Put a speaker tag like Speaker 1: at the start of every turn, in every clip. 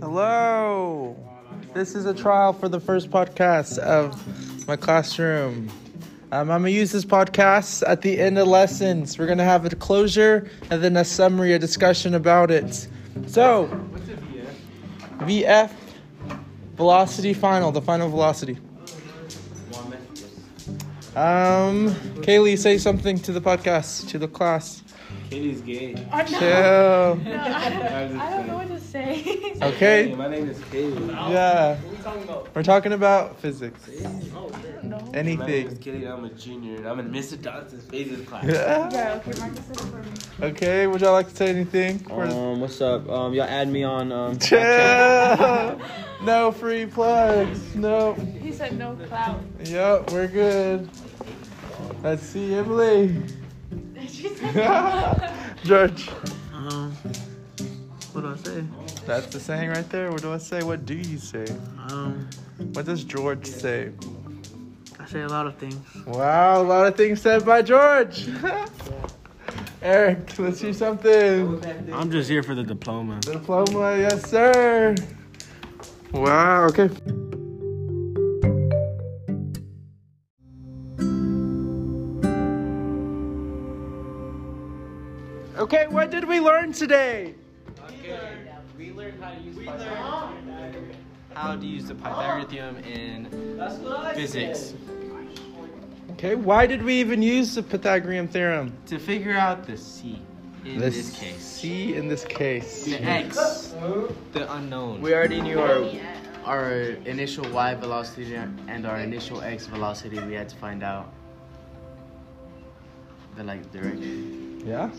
Speaker 1: Hello. This is a trial for the first podcast of my classroom. Um, I'm gonna use this podcast at the end of lessons. We're gonna have a closure and then a summary, a discussion about it. So, VF velocity final, the final velocity. Um, Kaylee, say something to the podcast, to the class.
Speaker 2: Katie's gay.
Speaker 1: Chill.
Speaker 2: I,
Speaker 3: I don't know what to say.
Speaker 1: Okay.
Speaker 2: my name is Katie.
Speaker 1: Yeah. We're talking about physics.
Speaker 3: no.
Speaker 2: My name is
Speaker 1: Anything.
Speaker 2: Katie. I'm a junior. and I'm in Mr. Johnson's physics class.
Speaker 1: Yeah.
Speaker 3: Yeah, okay, Marcus said it for me.
Speaker 1: Okay, would y'all like to say anything?
Speaker 4: Uh,
Speaker 1: Or-
Speaker 5: Um, what's up? Um, y'all add me on. Um,
Speaker 1: Chill. No free plugs. Nope.
Speaker 3: He said no clout.
Speaker 1: Yep, we're good. Let's see, Emily.
Speaker 3: she said no.
Speaker 1: George. what do I say? That's the saying right there. What do I say? What do you say?
Speaker 6: Um,
Speaker 1: What does George say?
Speaker 6: I say a lot of things.
Speaker 1: Wow, a lot of things said by George. Eric, let's hear something.
Speaker 2: I'm just here for the diploma.
Speaker 1: Diploma, yes, sir. Wow, okay. Okay, what did we learn today?
Speaker 5: we learned how to use. How to use the Pythagorean theorem in physics
Speaker 1: Okay, why did we even use the Pythagorean theorem?
Speaker 5: to figure out the c in
Speaker 1: The
Speaker 5: this case,
Speaker 1: C in this case.
Speaker 5: the x, the unknown.
Speaker 6: We already knew our our initial y velocity and our initial x velocity. We had to find out the like direction.
Speaker 1: Yeah?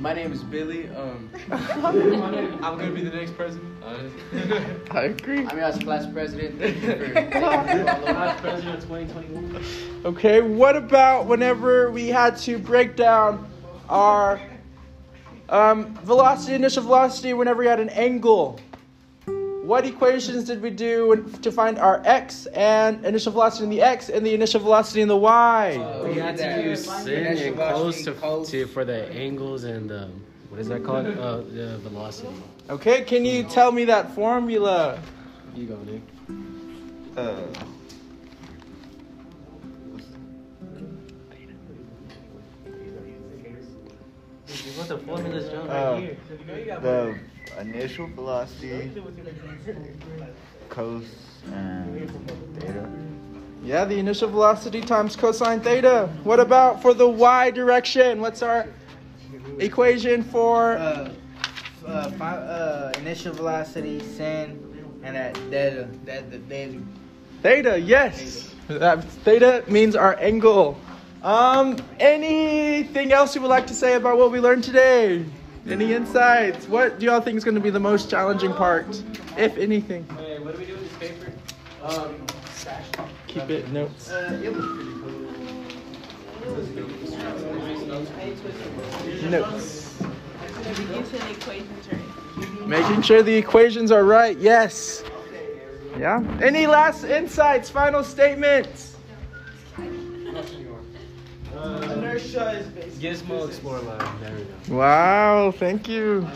Speaker 6: My name is Billy. Um,
Speaker 5: I'm gonna be the next person.
Speaker 1: I agree.
Speaker 6: I'm your class president. Thank you for
Speaker 1: Okay, what about whenever we had to break down our um, velocity, initial velocity, whenever we had an angle? What equations did we do to find our x and initial velocity in the x and the initial velocity in the y?
Speaker 5: We had to use sin and close to, to for the angles and the what is that called? Uh, the velocity.
Speaker 1: Okay, can you tell me that formula? Uh,
Speaker 5: You go, Nick. You want the formulas down right
Speaker 7: Uh,
Speaker 5: here?
Speaker 7: the initial velocity, cos, and theta.
Speaker 1: Yeah, the initial velocity times cosine theta. What about for the y direction? What's our equation for
Speaker 8: uh, uh, fi- uh, initial velocity, sin, and that theta, that the theta.
Speaker 1: Theta, yes. That theta means our angle. Um, anything else you would like to say about what we learned today? Any insights? What do y'all think is going to be the most challenging part, if anything?
Speaker 5: Hey, what do we do with this paper? Um,
Speaker 1: Keep it notes.
Speaker 5: Uh,
Speaker 1: Notes.
Speaker 3: You said equations right.
Speaker 1: Making sure the equations are right. Yes. Yeah. Any last insights? Final statements?
Speaker 5: Gizmo Explorer Lab. There we go.
Speaker 1: Wow. Thank you.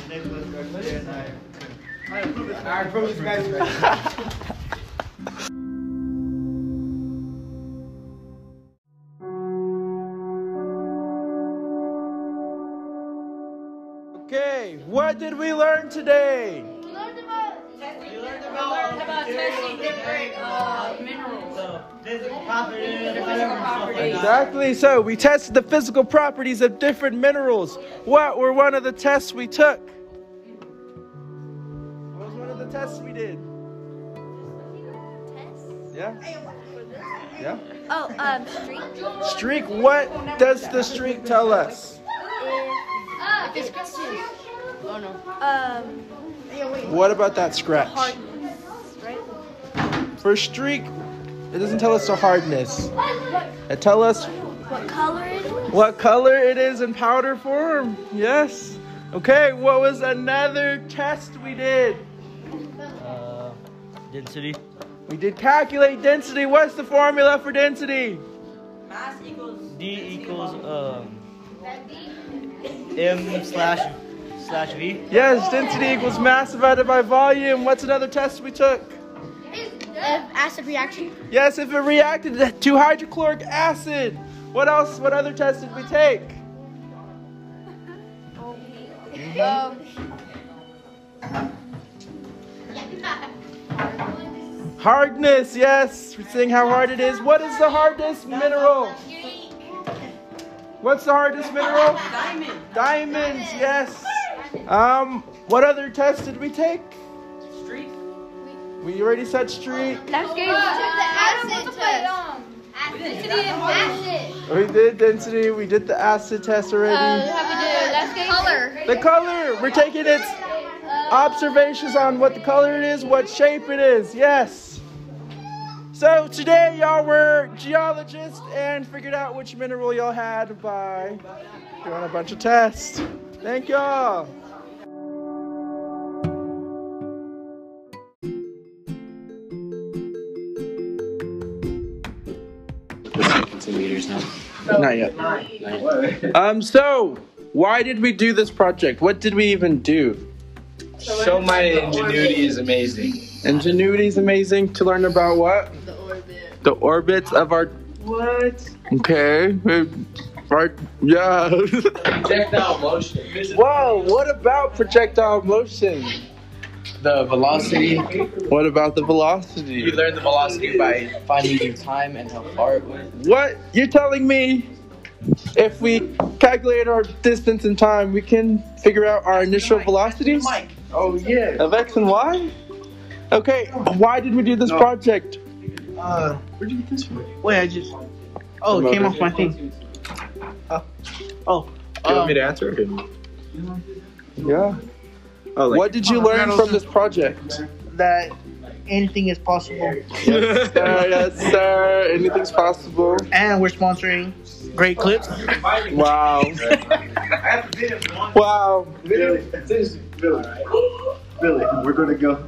Speaker 8: I approve this guy's
Speaker 1: Okay. What did we learn today?
Speaker 3: about testing different uh, minerals.
Speaker 1: Exactly. So we tested the physical properties of different minerals. What were one of the tests we took? What was one of the tests we did? Yeah. Yeah.
Speaker 9: Oh, um, street. If
Speaker 1: Streak. What does the streak tell us?
Speaker 9: it's Christian. Oh no. Um,
Speaker 1: What about that scratch?
Speaker 9: hardness, right?
Speaker 1: For streak, it doesn't tell us the hardness.
Speaker 9: What,
Speaker 1: It Uh, tell us
Speaker 9: what color it is?
Speaker 1: what color it is in powder form. Yes. Okay. What was another test we did?
Speaker 8: Uh,
Speaker 5: Density.
Speaker 1: We did calculate density. What's the formula for density?
Speaker 5: D equals um
Speaker 8: M slash slash V.
Speaker 1: Yes, density equals mass divided by volume. What's another test we took?
Speaker 9: acid reaction.
Speaker 1: Yes, if it reacted to hydrochloric acid. What else? What other test did we take?
Speaker 9: Um,
Speaker 1: Hardness. Yes, we're seeing how hard it is. What is the hardest mineral? What's the hardest mineral?
Speaker 10: Diamond.
Speaker 1: Diamonds. Yes. Um. What other test did we take?
Speaker 10: Street.
Speaker 1: We already said street.
Speaker 9: that's good. acid test. Acid.
Speaker 1: We did density. We did the acid test already.
Speaker 9: Uh, Color.
Speaker 1: The color. We're taking its observations on what the color it is, what shape it is. Yes. So today y'all were geologists and figured out which mineral y'all had by doing a bunch of tests. Thank y'all. Not yet. Um. So, why did we do this project? What did we even do?
Speaker 4: Show my ingenuity is amazing.
Speaker 1: Ingenuity is amazing to learn about what?
Speaker 10: The orbit.
Speaker 1: The orbits of our. What? Okay. uh, Our, yeah.
Speaker 4: Projectile motion.
Speaker 1: Whoa, what about projectile motion?
Speaker 11: The velocity.
Speaker 1: What about the velocity?
Speaker 11: You learn the velocity by finding your time and how far it went.
Speaker 1: What? You're telling me if we calculate our distance and time, we can figure out our initial velocities?
Speaker 7: Oh yeah.
Speaker 1: Of X and Y? Okay, why did we do this project?
Speaker 8: Uh, where'd you get this from? Wait, I just. Oh, it came off my thing. Oh.
Speaker 7: Do you
Speaker 8: Oh.
Speaker 7: want me to answer it? or-
Speaker 1: Yeah.
Speaker 7: Oh, like,
Speaker 1: What did you learn from this project?
Speaker 8: that anything is possible.
Speaker 1: Yes, sir. Yes, sir. Anything's possible.
Speaker 8: And we're sponsoring Great Clips.
Speaker 1: Wow. Wow.
Speaker 7: Billy, Billy, Billy, we're gonna go.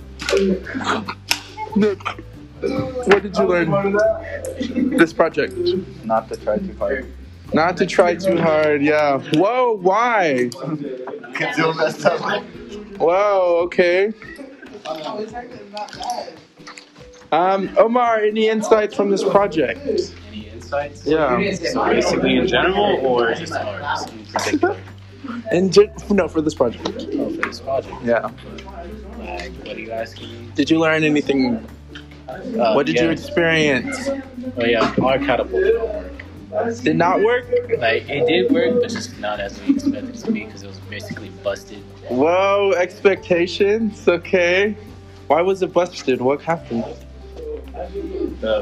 Speaker 1: Look, What did you learn this project?
Speaker 7: Not to try too hard.
Speaker 1: Not to try too hard. Yeah. Whoa. Why?
Speaker 7: Consume that stuff.
Speaker 1: Wow. Okay. Um, Omar, any insights from this project?
Speaker 11: Any insights?
Speaker 1: Yeah.
Speaker 11: So basically in general or just ours?
Speaker 1: And ju- no, for this project.
Speaker 11: Oh, for this project.
Speaker 1: Yeah.
Speaker 11: Like, what are you asking
Speaker 1: Did you learn anything?
Speaker 11: me? Uh,
Speaker 1: What did you
Speaker 11: yeah.
Speaker 1: experience?
Speaker 11: Oh yeah, our catapult didn't work.
Speaker 1: Did not work.
Speaker 11: Like, it did work, but just not as we expected it to be because it was basically busted.
Speaker 1: Whoa, expectations. Okay. Why was it busted? What happened?
Speaker 11: The,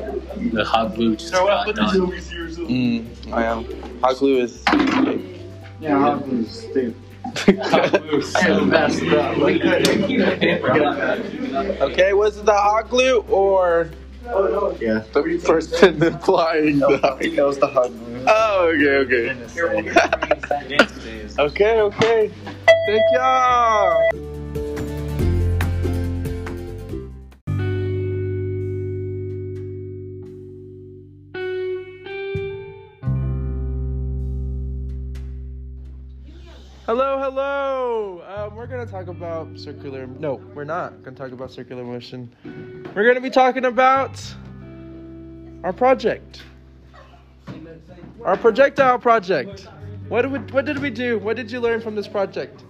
Speaker 11: the hot glue just got done.
Speaker 1: Mm, I am. Hot glue is.
Speaker 7: Yeah, I'm stupid.
Speaker 1: Okay, was it the hot glue or
Speaker 7: Yeah.
Speaker 1: the person applying the hot glue?
Speaker 7: That was the hard move.
Speaker 1: Oh, okay, okay. okay, okay. Thank y'all. Hello, hello. Um, we're gonna talk about circular. No, we're not gonna talk about circular motion. We're gonna be talking about our project, our projectile project. What did we, what did we do? What did you learn from this project?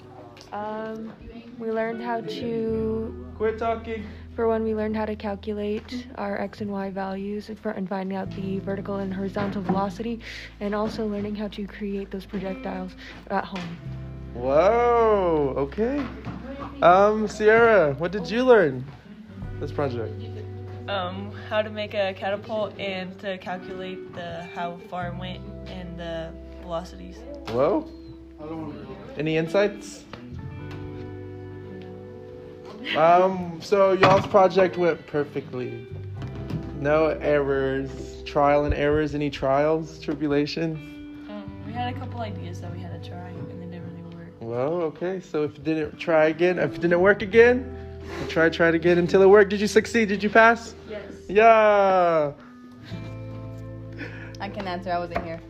Speaker 12: Um, we learned how to,
Speaker 1: Quit talking.
Speaker 12: for one, we learned how to calculate our x and y values and for- and finding out the vertical and horizontal velocity, and also learning how to create those projectiles at home.
Speaker 1: Whoa. Okay. Um, Sierra, what did you learn this project?
Speaker 3: um, how to make a catapult and to calculate the how far it went and the velocities.
Speaker 1: Whoa. Any insights? Um, so y'all's project went perfectly. No errors, trial and errors, any trials, tribulations.
Speaker 3: Um, we had a couple ideas that we had to try and they didn't really work.
Speaker 1: Whoa, okay. So if it didn't try again, if it didn't work again, you try, try it again until it worked. Did you succeed? Did you pass?
Speaker 3: Yes.
Speaker 1: Yeah.
Speaker 10: I can answer. I wasn't here.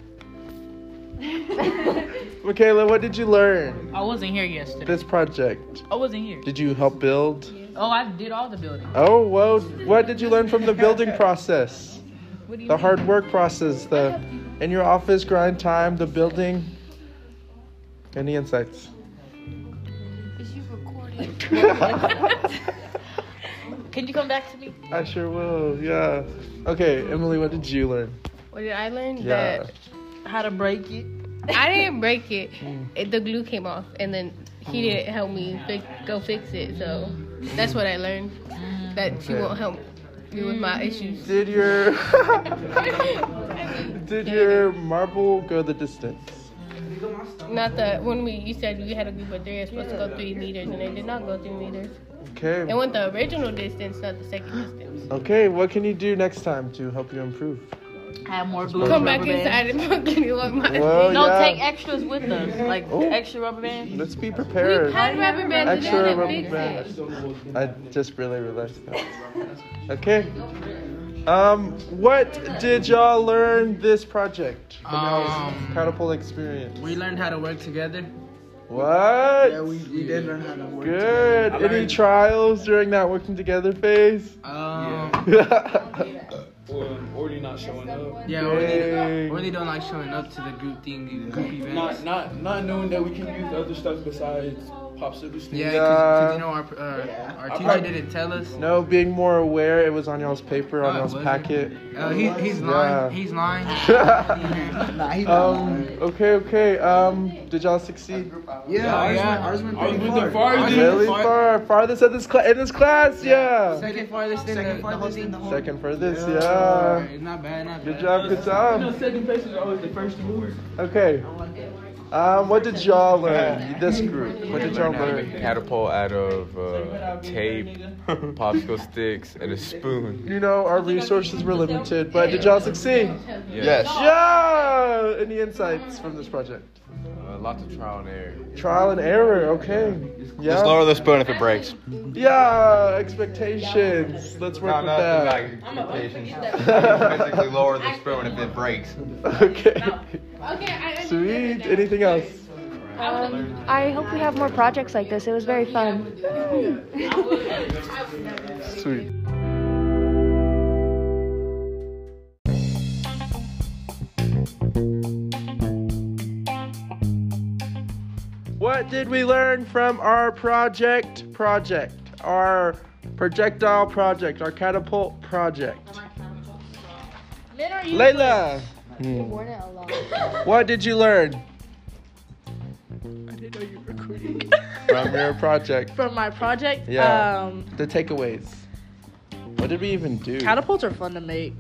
Speaker 1: Michaela, what did you learn
Speaker 13: I wasn't here yesterday.
Speaker 1: this project?
Speaker 13: I wasn't here.
Speaker 1: Did you help build?
Speaker 13: Oh, I did all the building.
Speaker 1: Oh, well, what did you learn from the building process?
Speaker 13: What do you
Speaker 1: The
Speaker 13: mean?
Speaker 1: hard work process, the in your office grind time, the building. Any insights?
Speaker 13: Is you recording? Can you come back to me?
Speaker 1: I sure will. Yeah. Okay, Emily, what did you learn?
Speaker 12: What did I learn?
Speaker 1: Yeah.
Speaker 12: That how to break it. I didn't break it.
Speaker 1: Mm.
Speaker 12: it. The glue came off, and then he didn't help me fi- go fix it. So that's what I learned. That she
Speaker 1: Okay.
Speaker 12: won't help me with my issues.
Speaker 1: Did your did your marble go the distance?
Speaker 12: Not that when we you said you had a group of three, it's supposed to go three meters, and it did not go three meters.
Speaker 1: Okay.
Speaker 12: It went the original distance, not the second distance.
Speaker 1: Okay, what can you do next time to help you improve?
Speaker 13: I have more
Speaker 1: glue.
Speaker 12: Come back inside and give me one my.
Speaker 1: Well,
Speaker 13: no,
Speaker 1: Oh, yeah.
Speaker 13: take extras with us, like
Speaker 1: Oh.
Speaker 13: extra rubber bands.
Speaker 1: Let's be prepared.
Speaker 13: We had rubber bands and
Speaker 1: Extra
Speaker 13: then it
Speaker 1: rubber
Speaker 13: fixed
Speaker 1: bands. I just really relaxed. That. Okay. Um, what did y'all learn this project? From um, catapult experience.
Speaker 4: We learned how to work together.
Speaker 1: What?
Speaker 4: we, we did learn how to work
Speaker 1: Good. Any trials during that working together phase?
Speaker 4: Um,
Speaker 14: Or, or you not showing up.
Speaker 4: Yeah, or they, or they don't like showing up to the group thing, group events.
Speaker 14: Not, not, not knowing that we can use other stuff besides pop sugar sticks.
Speaker 4: yeah, because you know our uh, our
Speaker 1: I
Speaker 4: teacher
Speaker 1: prob-
Speaker 4: didn't tell us.
Speaker 1: No, being more aware, it was on y'all's paper, on
Speaker 4: No, it
Speaker 1: y'all's
Speaker 4: wasn't.
Speaker 1: packet.
Speaker 4: Uh, he, he's lying. He's lying.
Speaker 1: nah, he's um, okay, okay. Um, did y'all succeed?
Speaker 4: Yeah, ours yeah. went- ours went Ours pretty went the far. farthest.
Speaker 1: Really far, farthest at this cla- in this class, yeah.
Speaker 4: Second farthest in the, the whole thing.
Speaker 1: Second furthest, yeah.
Speaker 4: Alright, Not bad. Not
Speaker 1: Good
Speaker 4: bad.
Speaker 1: job, good job.
Speaker 14: You know, second places are always the first to move.
Speaker 1: Okay. Um, what did y'all learn? This group. What did y'all learn?
Speaker 7: Catapult out of uh, tape, popsicle sticks, and a spoon.
Speaker 1: You know, our resources were limited, but did y'all succeed?
Speaker 7: Yes.
Speaker 1: Yeah. Any insights from this project?
Speaker 7: Uh, lots of trial and error.
Speaker 1: Trial and error. Okay. Yeah.
Speaker 7: Just lower the spoon if it breaks.
Speaker 1: Yeah, expectations. Let's work
Speaker 7: No,
Speaker 1: with
Speaker 7: no,
Speaker 1: that.
Speaker 7: it's not expectations. Basically, lower the spoon if it breaks.
Speaker 1: Okay.
Speaker 12: Okay, I
Speaker 1: Sweet. Anything else?
Speaker 15: Um, I hope we have more projects like this. It was very fun.
Speaker 1: Sweet. What did we learn from our project project? Our projectile project, our catapult project. Layla, what did you learn
Speaker 3: I didn't know you were recording.
Speaker 1: from your project?
Speaker 3: From my project,
Speaker 1: Yeah.
Speaker 3: um,
Speaker 1: the takeaways. What did we even do?
Speaker 3: catapults are fun to make,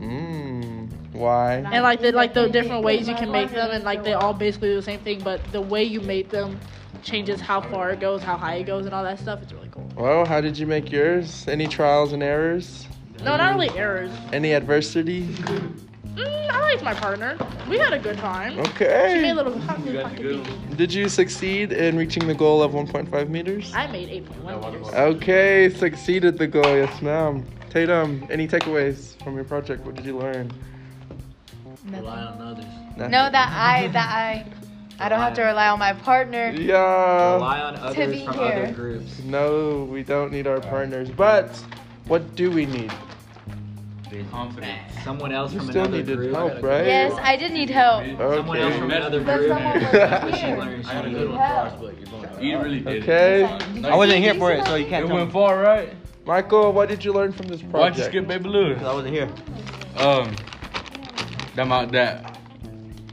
Speaker 1: Mmm. Why?
Speaker 3: and like the like the different ways you can make them, and like they all basically do the same thing, but the way you make them changes how far it goes, how high it goes, and all that stuff. It's really cool.
Speaker 1: Well, how did you make yours? Any trials and errors?
Speaker 3: No, not really errors.
Speaker 1: Any adversity?
Speaker 3: Mm, I liked my partner. We had a good time.
Speaker 1: Okay.
Speaker 3: She made a little pocket pocket baby.
Speaker 1: Did you succeed in reaching the goal of 1.5 meters?
Speaker 3: I made 8.1 meters.
Speaker 1: Okay, succeeded the goal, yes ma'am. Tatum, any takeaways from your project? What did you learn?
Speaker 4: Rely on others.
Speaker 1: Nothing.
Speaker 9: No, that I, that I, I don't have to rely on my partner.
Speaker 1: Yeah.
Speaker 9: Rely on To others be from other here.
Speaker 1: groups. No, we don't need our partners. But what do we need?
Speaker 16: Confidence. Someone else
Speaker 1: You
Speaker 16: from
Speaker 1: still
Speaker 16: another
Speaker 1: needed
Speaker 16: group.
Speaker 1: help, right?
Speaker 9: Yes, I did need help.
Speaker 16: Someone else from another
Speaker 9: But
Speaker 16: group.
Speaker 9: someone wasn't
Speaker 16: That's what she
Speaker 9: here.
Speaker 16: learned. She needed
Speaker 1: You really did. Okay.
Speaker 16: I wasn't here for
Speaker 1: it, so you can't.
Speaker 16: tell went
Speaker 1: far, right? Michael, what did you learn from this project?
Speaker 16: Why'd you skip
Speaker 1: Baby Lou? Because
Speaker 16: I wasn't here.
Speaker 11: Um, that my that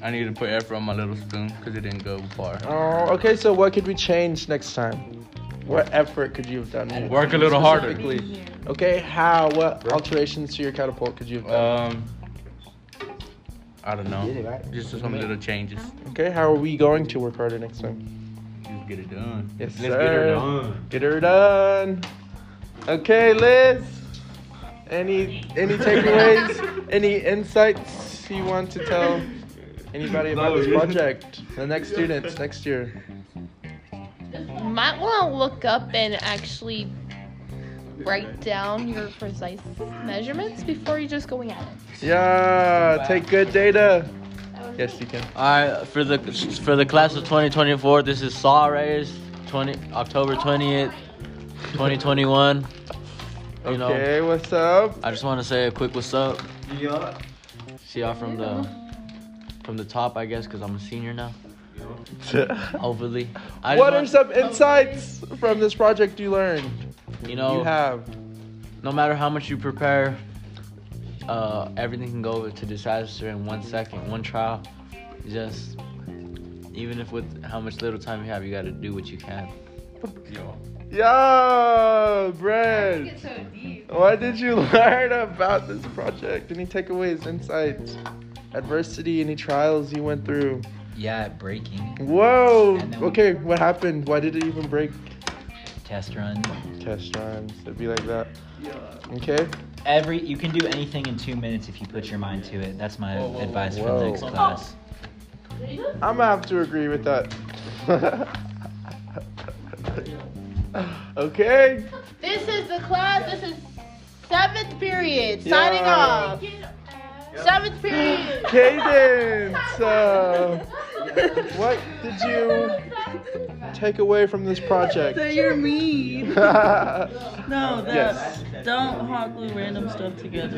Speaker 11: I needed to put effort on my little spoon because it didn't go far.
Speaker 1: Oh, okay. So what could we change next time? What effort could you have done? more
Speaker 11: Work a little harder.
Speaker 1: specifically? Okay. How? What alterations to your catapult could you have done? Um,
Speaker 11: I don't know.
Speaker 16: Uh,
Speaker 11: Just some little changes.
Speaker 1: Okay. How are we going to work harder next time?
Speaker 11: Just get it done.
Speaker 1: Yes,
Speaker 11: Let's
Speaker 1: sir.
Speaker 11: get her
Speaker 7: Mm.
Speaker 11: done.
Speaker 1: Get her done. Okay, Liz. Any any takeaways? any insights you want to tell anybody about this project? The next students next year.
Speaker 12: might want to look up and actually break down your precise measurements before you just going at it.
Speaker 1: Yeah. Take good data.
Speaker 12: That was
Speaker 1: Yes, you can.
Speaker 4: All right, for the for the class of 2024, this is Saw Rays, 20 October 20th, 2021. You
Speaker 1: Okay, what's up?
Speaker 4: I just want to say a quick what's up. See y'all from the from the top, I guess, because I'm a senior now. Hopefully. I just
Speaker 1: What
Speaker 4: want-
Speaker 1: are some insights from this project you learned?
Speaker 4: you know
Speaker 1: you have.
Speaker 4: no matter how much you prepare uh, everything can go to disaster in one second one trial just even if with how much little time you have you got to do what you can
Speaker 1: Yo, Brad. What did you learn about this project? Any takeaways, insights, adversity, any trials you went through?
Speaker 11: Yeah, breaking.
Speaker 1: Whoa. Okay, what happened? Why did it even break?
Speaker 11: Test run.
Speaker 1: Test runs. It'd be like that. Okay.
Speaker 11: Every you can do anything in two minutes if you put your mind to it. That's my advice for
Speaker 1: Whoa.
Speaker 11: the next class.
Speaker 1: I'm gonna have to agree with that. okay.
Speaker 17: This is the class. This is seventh period. Signing
Speaker 1: Yeah.
Speaker 17: off. Seventh period.
Speaker 1: Cadence. Uh, what did you take away from this project?
Speaker 3: So you're mean.
Speaker 1: yeah,
Speaker 3: No, that's
Speaker 1: Yes.
Speaker 3: don't hot glue random stuff together.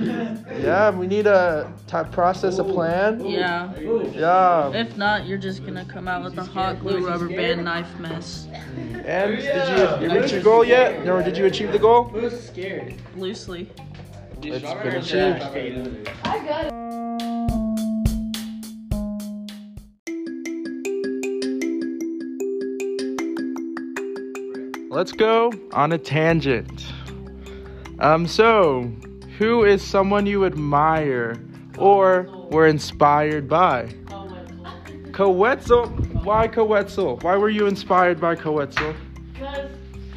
Speaker 1: we need a to process a plan.
Speaker 3: Yeah.
Speaker 1: Yeah.
Speaker 3: If not, you're just gonna come out with a hot glue rubber band knife mess.
Speaker 1: And did you, you reach your goal yet? Or did you achieve the goal?
Speaker 3: Who's scared? Loosely.
Speaker 1: It's been achieved.
Speaker 3: I got it.
Speaker 1: Let's go on a tangent. Um, so, who is someone you admire or were inspired by? Coetzel. Why Coetzel? Why were you inspired by Coetzel?
Speaker 18: Because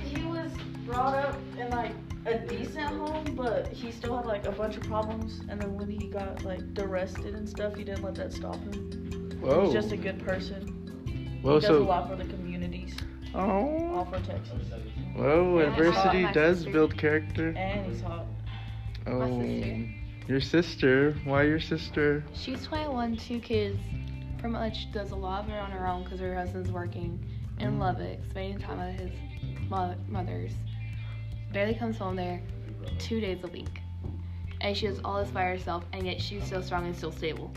Speaker 18: he was brought up in like a decent home, but he still had like a bunch of problems.
Speaker 3: And then when he got like arrested and stuff, he didn't let that stop him.
Speaker 1: Whoa.
Speaker 3: He's just a good person.
Speaker 1: Whoa,
Speaker 3: he does
Speaker 1: Oh. so-
Speaker 3: a lot for the communities.
Speaker 1: Oh.
Speaker 3: All for Texas.
Speaker 1: Whoa,
Speaker 3: Yeah, I saw
Speaker 1: adversity
Speaker 3: my
Speaker 1: does
Speaker 3: sister.
Speaker 1: build character.
Speaker 3: And he's hot.
Speaker 1: Oh, your sister. Why your sister?
Speaker 19: She's 21, two kids. Pretty much does a lot of it on her own because her husband's working in Lubbock, spending time at his mo- mother's. Barely comes home there two days a week. And she does all this by herself, and yet she's still strong and still stable.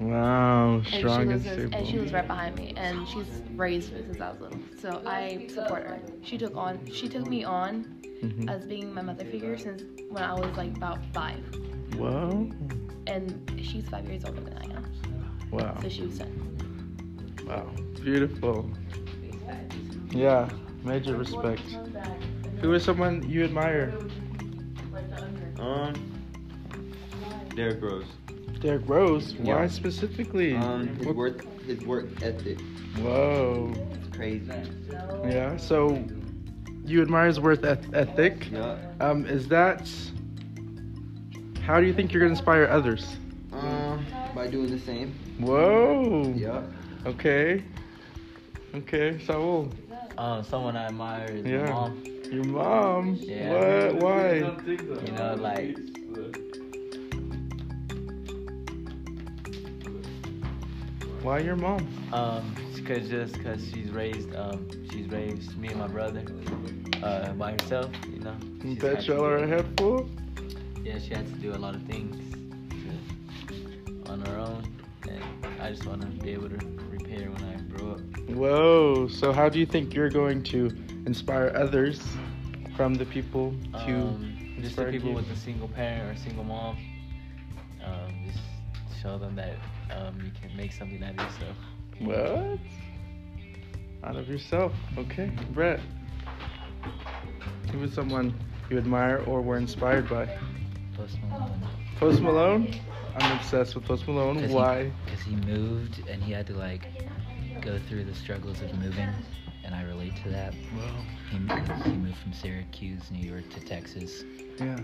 Speaker 1: Wow,
Speaker 19: she
Speaker 1: strong and
Speaker 19: lives in- and she
Speaker 1: stable.
Speaker 19: lives right behind me, and she's raised me since I was little. So I support her. She took on, she took me on
Speaker 1: Mhm.
Speaker 19: as being my mother figure since when I was like about five,
Speaker 1: Whoa.
Speaker 19: and she's five years older than I am.
Speaker 1: Wow.
Speaker 19: So she was ten.
Speaker 1: Wow. Beautiful. Yeah, major respect. Who is someone you admire?
Speaker 20: Um, Derrick Rose.
Speaker 1: Derek Rose. Why
Speaker 20: Yeah.
Speaker 1: specifically?
Speaker 20: Um, his work, his work ethic.
Speaker 1: Whoa.
Speaker 20: It's crazy.
Speaker 1: Yeah. So, you admire his worth eth- ethic.
Speaker 20: Yeah.
Speaker 1: Um, is that? How do you think you're gonna inspire others?
Speaker 20: Um, by doing the same.
Speaker 1: Whoa.
Speaker 20: Yeah.
Speaker 1: Okay. Okay. Saul.
Speaker 4: um, someone i admire is my
Speaker 1: Yeah.
Speaker 4: mom
Speaker 1: Your mom.
Speaker 4: Yeah.
Speaker 1: What? Why?
Speaker 4: you know like
Speaker 1: Why your mom?
Speaker 4: um because just because she's raised um she's raised me and my brother uh by herself you know She's had to
Speaker 1: Bachelor
Speaker 4: do-
Speaker 1: head full.
Speaker 4: yeah she had to do a lot of things on her own and i just want to be able to repair when i grow up
Speaker 1: Whoa. So how do you think you're going to inspire others from the people to
Speaker 4: um, just the
Speaker 1: inspire
Speaker 4: people
Speaker 1: you?
Speaker 4: with a single parent or single mom. Um, just show them that um, you can make something out of yourself.
Speaker 1: What? Out of yourself. Okay. Brett. Who was someone you admire or were inspired by?
Speaker 11: Post Malone.
Speaker 1: Post Malone? I'm obsessed with Post Malone. Why?
Speaker 11: Because he, moved and he had to like go through the struggles of moving, and I relate to that.
Speaker 1: Wow.
Speaker 11: He, moved- he moved from Syracuse, New York, to Texas.
Speaker 1: Yeah.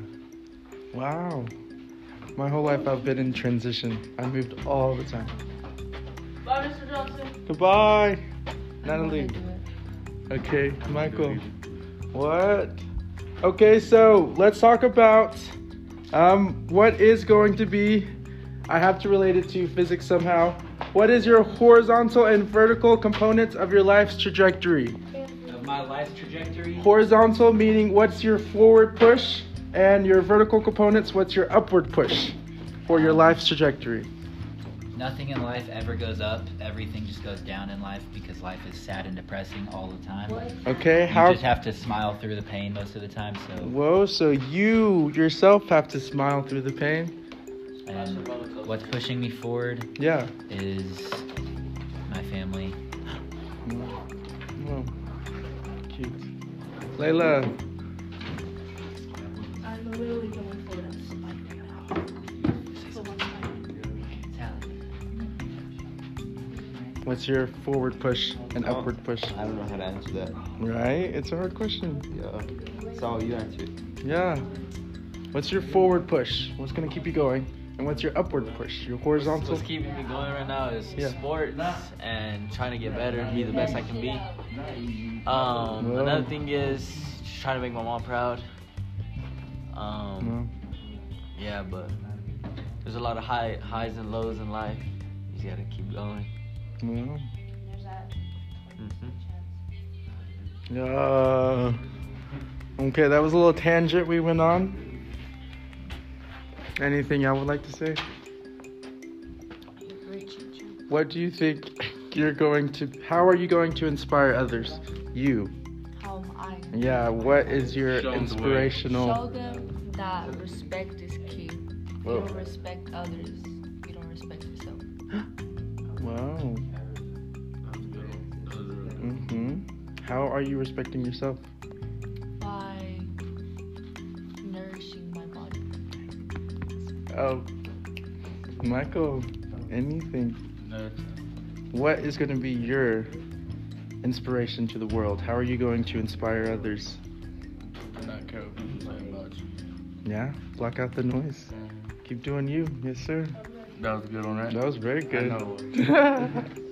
Speaker 1: Wow. My whole life I've been in transition. I moved all the time.
Speaker 18: Bye, Mr. Johnson.
Speaker 1: Goodbye. Natalie. Okay, Michael. What? Okay, so let's talk about um, what is going to be. I have to relate it to physics somehow. What is your horizontal and vertical components of your life's trajectory?
Speaker 5: Of my life trajectory,
Speaker 1: Horizontal meaning what's your forward push, and your vertical components, what's your upward push for your life's trajectory?
Speaker 11: Nothing in life ever goes up. Everything just goes down in life because life is sad and depressing all the time.
Speaker 1: Okay,
Speaker 11: You
Speaker 1: how-
Speaker 11: just have to smile through the pain most of the time. So,
Speaker 1: Whoa, so you yourself have to smile through the pain?
Speaker 11: and what's pushing me forward
Speaker 1: Yeah.
Speaker 11: is my family.
Speaker 1: Whoa. Cute. Layla,
Speaker 3: I'm literally going for that spike right now. So one
Speaker 1: what's your forward push and
Speaker 20: Oh,
Speaker 1: upward push?
Speaker 20: I don't know how to answer that.
Speaker 1: Right? It's a hard question.
Speaker 20: Yeah. So you answer it.
Speaker 1: Yeah. What's your forward push? What's gonna keep you going? And what's your upward push? Your horizontal.
Speaker 4: What's keeping me going right now is
Speaker 1: Yeah.
Speaker 4: sports and trying to get better, be the best I can be. Um,
Speaker 1: Well.
Speaker 4: another thing is just trying to make my mom proud. Um, yeah, but there's a lot of high highs and lows in life. You just gotta keep going.
Speaker 1: Yeah.
Speaker 4: Mhm.
Speaker 1: Yeah. Okay, that was a little tangent we went on. Anything y'all would like to say? What do you think you're going to? How are you going to inspire others? You.
Speaker 2: How am Um, I?
Speaker 1: Yeah. What is your
Speaker 2: Show 'em the way. Show
Speaker 1: inspirational?
Speaker 2: them that respect is key. If
Speaker 1: Whoa.
Speaker 2: You don't respect others. You don't respect yourself.
Speaker 1: Wow. Mhm. How are you respecting yourself?
Speaker 2: By nourishing my body.
Speaker 1: Oh, Michael, anything. What is going to be your inspiration to the world? How are you going to inspire others?
Speaker 21: Not care what people say about you.
Speaker 1: Yeah, block out the noise. Keep doing you, yes, sir.
Speaker 21: That was a good one, right?
Speaker 1: That was very good.
Speaker 21: I know.